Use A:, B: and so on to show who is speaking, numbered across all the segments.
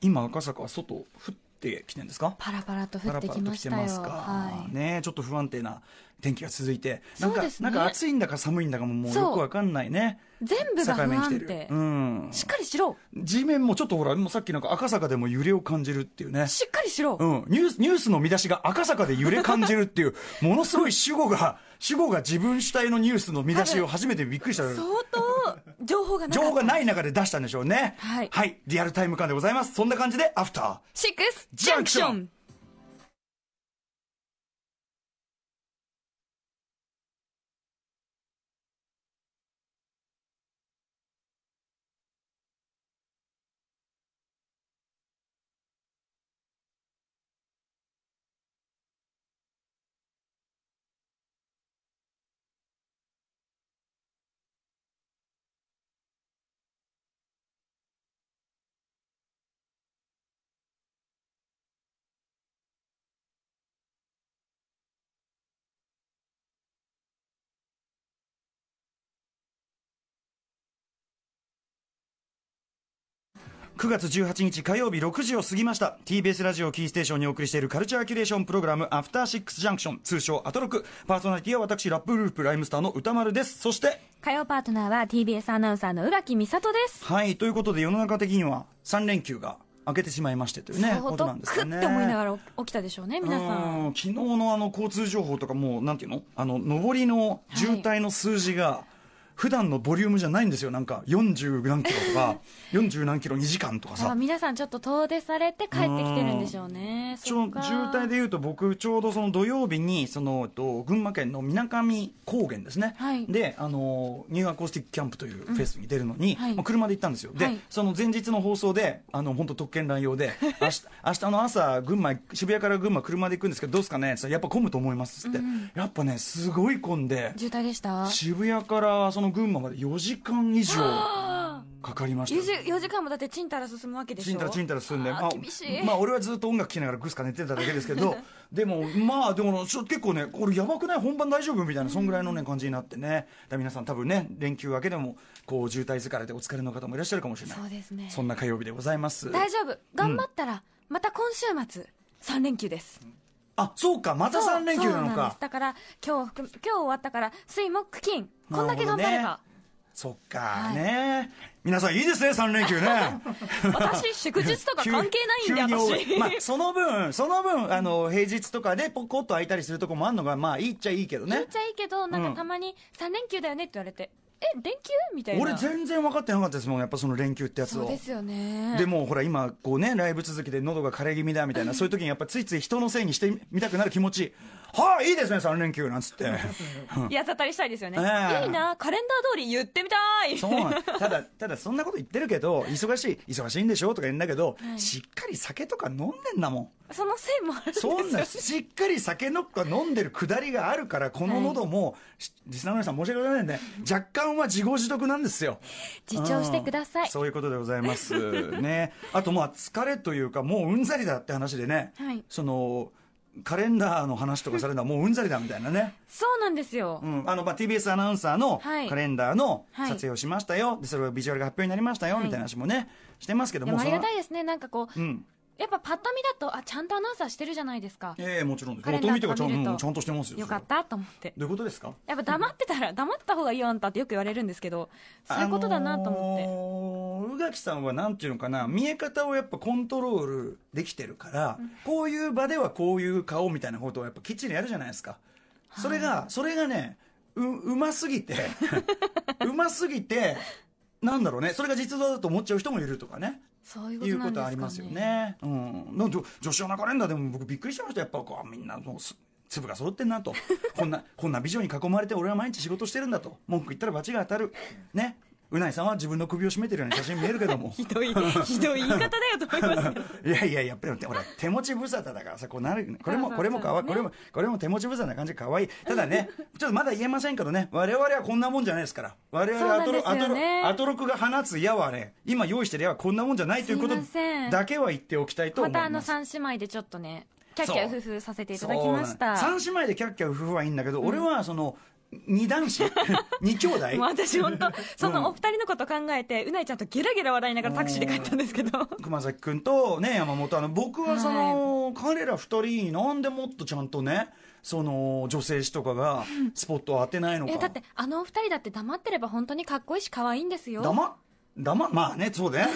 A: 今赤坂は外降ってきてんですか
B: パラパラと
A: パ
B: 降っ
A: ラ
B: て
A: パ
B: き
A: ラと
B: ま
A: 来
B: してたよ。
A: ますか、
B: はい。
A: ねえちょっと不安定な天気が続いてなん
B: そう
A: か、
B: です
A: な
B: ね
A: んか暑いんだか寒いんだかももう
B: そう
A: よくわかんないね
B: 全部が
A: 境
B: 不
A: 目に来て
B: 安
A: る
B: 定、。
A: うん、
B: しっかりしろ
A: 地面もちょっとほらもうさっきなんか赤坂でも揺れを感じるっていうね
B: しっかりしろ、
A: うん、ニュースニュースの見出しが赤坂で揺れ感じるっていう ものすごい主語が主語が自分主体のニュースの見出しを初めてびっくりした
B: 相当情報がなか
A: 情
B: った
A: 報がない中で出したんでしょうね
B: はい
A: リアルタイム感でございますそんな感じでアフター
B: シックス
A: ジャンクション9月18日火曜日6時を過ぎました TBS ラジオキーステーションにお送りしているカルチャーキュレーションプログラムアフターシックスジャンクション通称アトロクパーソナリティは私ラップグループライムスターの歌丸ですそして
B: 火曜パートナーは TBS アナウンサーの浦木美里です
A: はいということで世の中的には3連休が明けてしまいましてというね
B: 相
A: こと
B: 当
A: なんですよね
B: って思いながら起きたでしょうね皆さん
A: うん昨日のあの交通情報とかもうなんていうのあの上りの渋滞の数字が、普段のボリュームじゃないんですよなんか40何キロとか40何キロ2時間とか
B: だから
A: さ
B: 皆さんちょっと遠出されて帰ってきてるんでしょうね
A: ちょ
B: そっ
A: 渋
B: か
A: 滞でいうと僕ちょうどその土曜日にその、えっと、群馬県のみなかみ高原ですね、
B: はい
A: であのニューアコースティックキャンプというフェスに出るのに、
B: はい
A: まあ車で行ったんですよで、
B: はい
A: その前日の放送であの本当特権乱用で明日明日の朝群馬渋谷から群馬車で行くんですけどどうですかねって言ったらやっぱ混むと思いますって、やっぱねすごい混んで
B: 渋滞でした
A: 渋谷からその群馬まで4時間以上かかりましたよ
B: 4, 時間もだってちんたら進むわけでしょ
A: チンタラチンタラするんで、
B: あー
A: まあ
B: 厳しい、
A: まあ俺はずっと音楽聴きながらグスか寝てただけですけ どでもまあでもちょ結構ねこれやばくない本番大丈夫みたいなそんぐらいのね感じになってねだから皆さん多分ね連休明けでもこう渋滞疲れでお疲れの方もいらっしゃるかもしれない
B: そうですね
A: そんな火曜日でございます
B: 大丈夫頑張ったらまた今週末3連休です
A: あそうかまた
B: そう
A: 3連休なの
B: そうなんで
A: か
B: すだから今日含む今日終わったから水木金こんだけ頑張れば、
A: そっか
B: はい
A: ね皆さんいいですね3連休ね
B: 私祝日とか関係ないんで
A: 急に急
B: 私、
A: にまあ、その分その分あの平日とかでポコッと空いたりするとこもあるのがまあいいっちゃいいけど
B: 言
A: ね
B: っちゃいいけどなん
A: うん
B: かたまに3連休だよねって言われて、え連休みたいな
A: 俺全然分かってなかったですもんやっぱその連休ってやつ
B: そう
A: を
B: ですよね
A: でもほら今こうねライブ続きで喉が枯れ気味だみたい なそういう時にやっぱついつい人のせいにしてみたくなる気持ちはい、いいですね3連休なんつって
B: 八つ当たりしたいですよね、
A: ええ
B: いいなカレンダー通り言ってみたい
A: そうなんただただそんなこと言ってるけど忙しい忙しいんでしょとか言うんだけど、しっかり酒とか飲んでんだもん
B: そのせいもある
A: そん なしっかり酒のっか飲んでるくだりがあるからこの喉も、しリスナーの皆さん申し訳ございませんね若干は自業自得なんですよ
B: 自重してくださ
A: うん
B: い
A: そういうことでございますねあとまあ疲れというかもううんざりだって話でね、
B: はい
A: そのカレンダーの話とかされるのはもううんざりだみたいなね、
B: そうなんですよ、
A: うん、あのまあ TBS アナウンサーの
B: はい
A: カレンダーの
B: はい
A: 撮影をしましたよ、でそれをビジュアルが発表になりましたよ、
B: はい
A: みたいな話もねしてますけど
B: で
A: も
B: もありが
A: そ
B: たいですねなんかこう、
A: のうん
B: やっぱパッと見だとあちゃんとアナウンサーしてるじゃないですか
A: ええもちろんです
B: カレンダーとか
A: 音見て
B: 見
A: かちゃん
B: ると
A: うんちゃんとしてますよ
B: よかったと思って
A: それはどういうことですか
B: やっぱ黙ってたら黙った方がいいよあんたってよく言われるんですけどそういうことだなと思って、
A: って。宇垣さんはなんていうのかな見え方をやっぱコントロールできてるから、こういう場ではこういう顔みたいなことをやっぱきっちりやるじゃないですか、それがそれがねううますぎ てうますぎてなんだろうねそれが実像だと思っちゃう人もいるとかね
B: そういう
A: いうこ
B: こと
A: とあ
B: な
A: り
B: ん
A: ま
B: ですす
A: よ
B: かね
A: ね。うん、なんで女子用のカレンダーでも僕びっくりしました。やっぱこうみんなもうす粒が揃ってんなと こんなこんな美女に囲まれて俺は毎日仕事してるんだと文句言ったら罰が当たるねうないさんは自分の首を絞めてるような写真見えるけども
B: ひどい ひどい言い方だよ と思いますけど
A: いやいややっぱりほら手持ち無沙汰だからさこうなるこれもこれもかわいいこれもこれも手持ち無沙汰な感じ可愛いただねちょっとまだ言えませんけどね我々はこんなもんじゃないですから我々はアトロ,、
B: そう
A: ア
B: なん
A: ト
B: ですよね
A: ロアトロクが放つ矢はね今用意してる矢はこんなもんじゃないということ
B: すいません
A: だけは言っておきたいと思
B: ま
A: います
B: たあの三姉妹でちょっとねキャッキャウフフさせていただき
A: そう
B: ました
A: 三姉妹でキャッキャウフフはいいんだけど、俺はその二男子二兄弟
B: もう私本当そのお二人のこと考えて、うなえちゃんとゲラゲラ笑いながらタクシーで帰ったんですけど
A: 熊崎君と、ね、山本あの僕はその、彼ら二人なんでもっとちゃんとねその女性誌とかがスポットを当てないのか
B: えだってあのお二人だって黙ってれば本当にかっこいいし可愛いんですよ
A: 黙っ黙まあねそう ね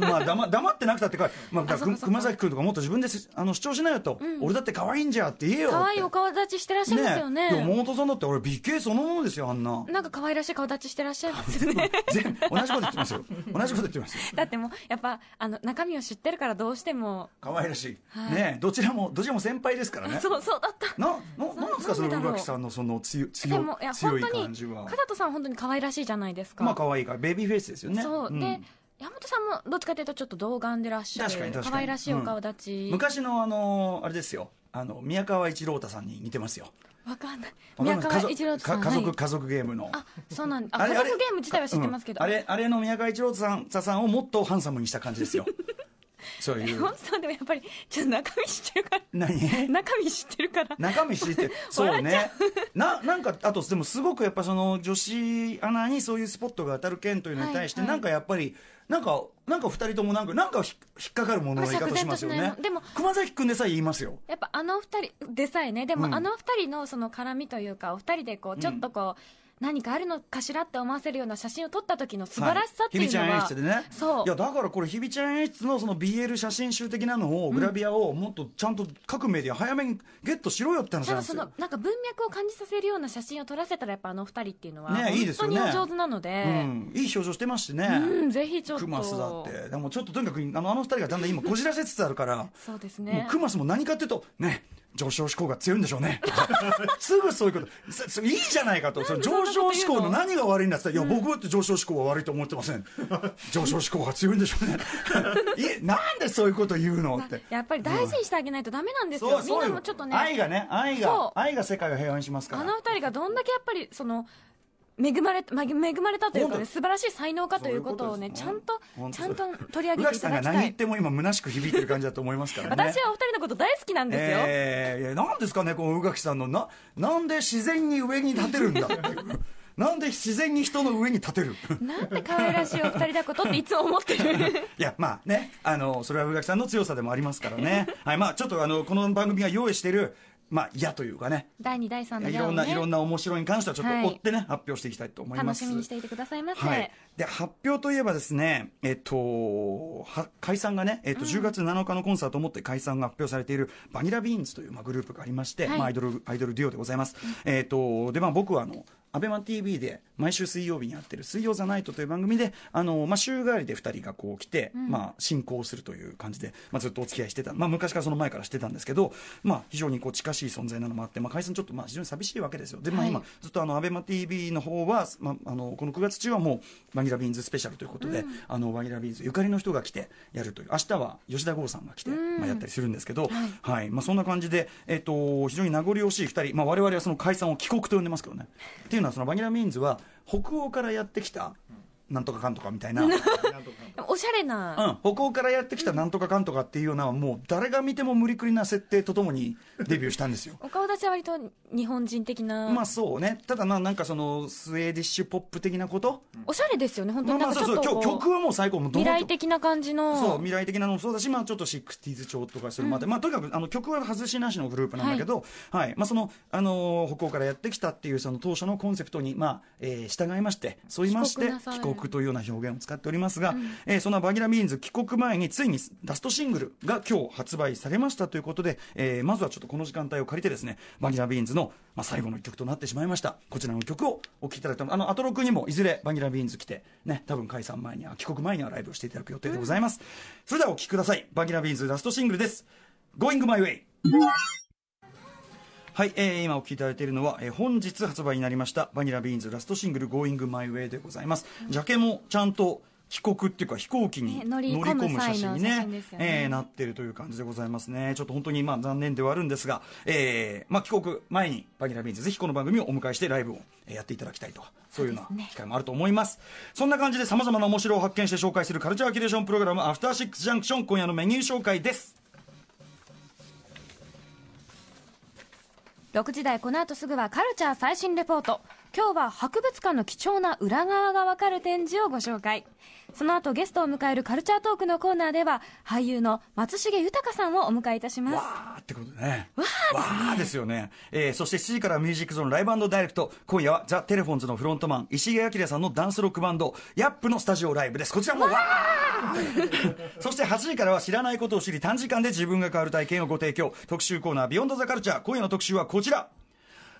A: まあ黙黙ってなくたってか、まあ、だか
B: あそ
A: ら
B: っ
A: く
B: かそっか
A: 熊崎君とかもっと自分でせあの主張しないよと、俺だって可愛いんじゃって言えよ
B: 可愛い
A: って
B: お顔立ちしてらっしゃいますよね
A: でも本さんだって俺美形そのものですよあんな
B: なんか可愛らしい顔立ちしてらっしゃいますよね
A: 全部同じこと言ってますよ同じこと言ってますよ
B: だってもうやっぱあの中身を知ってるからどうしても
A: 可愛らしい、
B: はい
A: ねどちらもどちらも先輩ですからね
B: そうそうだった
A: なななんですかそ
B: なんでだ
A: の
B: ろう
A: 宇垣さんのその強強
B: でもいや
A: 強
B: 本
A: い
B: 当
A: 感
B: に
A: じは
B: 片戸さん本当に可愛らしいじゃないですか
A: まあ可愛いからベビーフェイスですよね
B: そう、
A: ん
B: で山本さんもどっちかというとちょっと童顔でらっしゃ
A: 確かに
B: る
A: 確かに
B: 可愛らしいお顔立ち、
A: 昔のあのあれですよあの宮川一郎太さんに似てますよ
B: わかんない
A: わかん
B: 宮
A: ない
B: 川一郎太さん
A: か家族、
B: はい
A: 家族ゲームの
B: あそうなんあ家族ゲーム自体は知ってますけど、
A: うんあれあれの宮川一郎太さん太さんをもっとハンサムにした感じです よそういう
B: 本さんでもやっぱりちょっと中身知ってるから
A: 何
B: 中身知ってるから
A: 中身知 ってそうね ななんかあとでもすごくやっぱその女子アナにそういうスポットが当たる件というのに対して、
B: はいはい
A: なんかやっぱりなんかなんか二人ともなんかなんかひ引っかかるものの言い方しますよ
B: まあ
A: ね
B: 釈然としないのでも
A: 熊崎君でさえ言いますよ
B: やっぱあのお二人でさえねでも
A: うん
B: あのお二人のその絡みというかお二人でこうちょっとこう、何かあるのかしらって思わせるような写真を撮った時の素晴らしさっていうのは、
A: はひびちゃん演出でね
B: そう
A: やだからこれひびちゃん演出のその BL 写真集的なのをグラビアをもっとちゃんと各メディア早めにゲットしろよって話
B: た
A: なん
B: だ
A: です
B: そ
A: よ
B: のなんか文脈を感じさせるような写真を撮らせたらやっぱあの二人っていうのは
A: ねいいで
B: 本
A: す
B: 当
A: よね
B: にお上手なので、
A: うん、いい表情してますしね、
B: うんぜひちょっと
A: クマスだってでもちょっととにかくあのあの二人がだんだん今こじらせつつあるから
B: そうです
A: も
B: ね
A: うクマスも何かっていうとね上昇志向が強いんでしょうね すぐそういうことすすいいじゃないかとその
B: そん
A: 上
B: なこと
A: 昇志向
B: 言
A: の
B: うの
A: 何が悪いんだって言ったら、いや僕だって上昇志向は悪いと思ってません上昇志向が強いんでしょう ねいえなんでそういうこと言うのって
B: やっぱり大事にしてあげないとダメなんですよ、みんなもちょっとね
A: 愛がね愛
B: そう
A: が愛が世界を平和にしますから
B: あの二人がどんだけやっぱりその恵まれま恵まれたというか
A: 本当
B: ね素晴らしい才能かということをね
A: そ
B: ち
A: う
B: ゃ
A: い
B: ん
A: うことです
B: ちゃんと取り上
A: 宇
B: げて
A: 垣
B: い
A: さ
B: た
A: んが
B: だき
A: 何
B: た
A: 言っ
B: い
A: ても今虚しく響いてる感じだと思いますからね
B: 私はお二人のこと大好きなんですよ、
A: えーいやなんですかねこの宇垣さんのななんで自然に上に立てるんだっていう なんで自然に人の上に立てる
B: なんて可愛らしいお二人だことっていつも思ってる
A: いやまあねあのそれは宇垣さんの強さでもありますからね、 はいまあ、ちょっとあのこの番組が用意している、まあ、矢というかね
B: 第2第3の
A: い
B: 矢
A: ろ
B: を
A: んな、いろん
B: ね
A: な面白いに関してはちょっ
B: はい
A: と追ってね、発表していきたいと思いま
B: 楽
A: す
B: しみにしていてくださいませ、
A: はい、で発表といえばですね、えっと、は解散がね、えっと、10月7日のコンサートをもって解散が発表されているバニラビーンズという、まあ、グループがありまして、
B: はい
A: まあ、アイドルアイドルデュオでございます。えっとでまあ、僕はあのアベマ t v で毎週水曜日にやってる「水曜ザナイト」という番組であの、まあ、週替わりで2人がこう来て、まあ、進行するという感じで、まあ、ずっとお付き合いしてた、まあ、昔からその前からしてたんですけど、まあ、非常にこう近しい存在なのもあって、まあ、解散ちょっとまあ非常に寂しいわけですよで、まあ、今
B: はい
A: ずっとあのアベマ t v の方は、まあ、あのこの9月中はもうバニラビーンズスペシャルということで、あのバニラビーンズゆかりの人が来てやるという明日は吉田剛さんが来て、
B: ん
A: まあ、やったりするんですけど、はいまあ、そんな感じで、えっと非常に名残惜しい2人、まあ、我々はその解散を帰国と呼んでますけどねっていうのはそのバニラビーンズは北欧からやってきたなんとかかんとかみたいな、うん、
B: でもおしゃれな、
A: 北欧からやってきたなんとかかんとかっていうようなもう誰が見ても無理くりな設定とともにデビューしたんですよ
B: お顔立ちは割と日本人的な、
A: まあそうねただななんかそのスウェーディッシュポップ的なこと、
B: おしゃれですよね本当
A: まあま
B: になん
A: あ
B: か
A: そう
B: ち
A: そ
B: ょ
A: う
B: っと
A: 曲曲
B: こ
A: はもう最高もう
B: う
A: どん
B: 未
A: どん
B: 来的な感じの
A: そう未来的なのもそうだし、まあ、ちょっと 60s 調とかそれもあって、まあ、とにかくあの曲は外しなしのグループなんだけど、はいまあ、その、あのー北欧からやってきたっていうその当初のコンセプトに、まあえー従いまして沿いまして
B: 帰国なさ
A: 帰
B: る
A: 国というような表現を使っておりますが、えーそんなバギラビーンズ帰国前についにラストシングルが今日発売されましたということで、えーまずはちょっとこの時間帯を借りてですねバギラビーンズの、まあ、最後の一曲となってしまいましたこちらの曲をお聴きいただいたあのアトロクにもいずれバギラビーンズ来てね多分解散前には帰国前にはライブをしていただく予定でございます、それではお聴きくださいバギラビーンズラストシングルです「Going My Way」はい、えー今お聞きいただいているのは、えー本日発売になりましたバニラビーンズラストシングル「Going My Way」でございます、ジャケもちゃんと帰国っていうか飛行機に
B: ね
A: 乗
B: 乗
A: り
B: り
A: 込
B: 込む
A: む写真にね
B: 際の写真ですよね
A: えーなってるという感じでございますねちょっと本当にまあ残念ではあるんですが、えーまあ、帰国前にバニラビーンズぜひこの番組をお迎えしてライブをえーやっていただきたいとそういうような機会もあると思いますそんな感じでさまざまな面白を発見して紹介するカルチャーキュレーションプログラム「アフターシックスジャンクション」今夜のメニュー紹介です
B: 6時台この後すぐはカルチャー最新レポート今日は博物館の貴重な裏側がわかる展示をご紹介その後ゲストを迎えるカルチャートークのコーナーでは俳優の松重豊さんをお迎えいたします
A: わーってことでね。わーですよね。えーそして7時からミュージックゾーンライブダイレクト。今夜はザ・テレフォンズのフロントマン、石毛明さんのダンスロックバンド、ヤップのスタジオライブです。こちらもわーそして8時からは知らないことを知り短時間で自分が変わる体験をご提供。特集コーナー、ビヨンド・ザ・カルチャー。今夜の特集はこちら。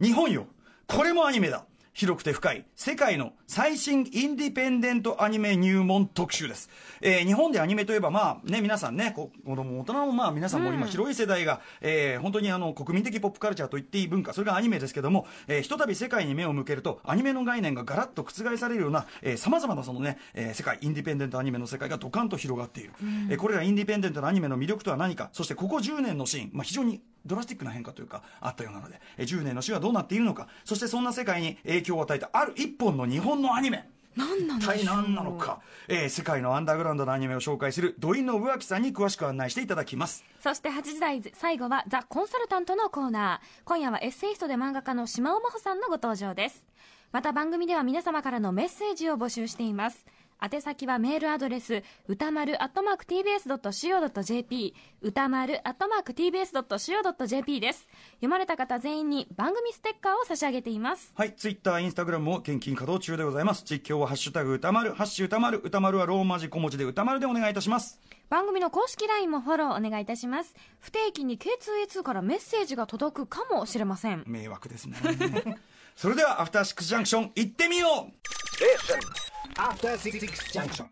A: 日本よ。これもアニメだ。広くて深い世界の最新インディペンデントアニメ入門特集です、えー日本でアニメといえばまあね皆さんねこ子供も大人もまあ皆さんも今広い世代が、えー本当にあの国民的ポップカルチャーと言っていい文化それがアニメですけども、えーひとたび世界に目を向けるとアニメの概念がガラッと覆されるようなさまざまなそのね、えー世界インディペンデントアニメの世界がドカンと広がっている、えーこれらインディペンデントのアニメの魅力とは何かそしてここ10年のシーン、まあ、非常にドラスティックな変化というかあったようなのでえー10年の死はどうなっているのかそしてそんな世界に影響を与えたある一本の日本のアニメ
B: 何な
A: 一体何なのか、えー世界のアンダーグラウンドのアニメを紹介する土井信明さんに詳しく案内していただきます
B: そして8時台最後はザ・コンサルタントのコーナー今夜はエッセイストで漫画家の島尾真帆さんのご登場ですまた番組では皆様からのメッセージを募集しています宛先はメールアドレス歌丸 @tbs.co.jp 歌丸 @tbs.co.jp です読まれた方全員に番組ステッカーを差し上げています
A: はい、ツイッター、インスタグラムも献金稼働中でございます。実況はハッシュタグ歌丸、ハッシュ歌丸、歌丸はローマ字小文字で歌丸でお願いいたします。
B: 番組の公式 LINE もフォローお願いいたします不定期に K2A2 からメッセージが届くかもしれません
A: 迷惑です ね。それでは、アフターシックスジャンクション、行ってみよう
C: After Six Junction.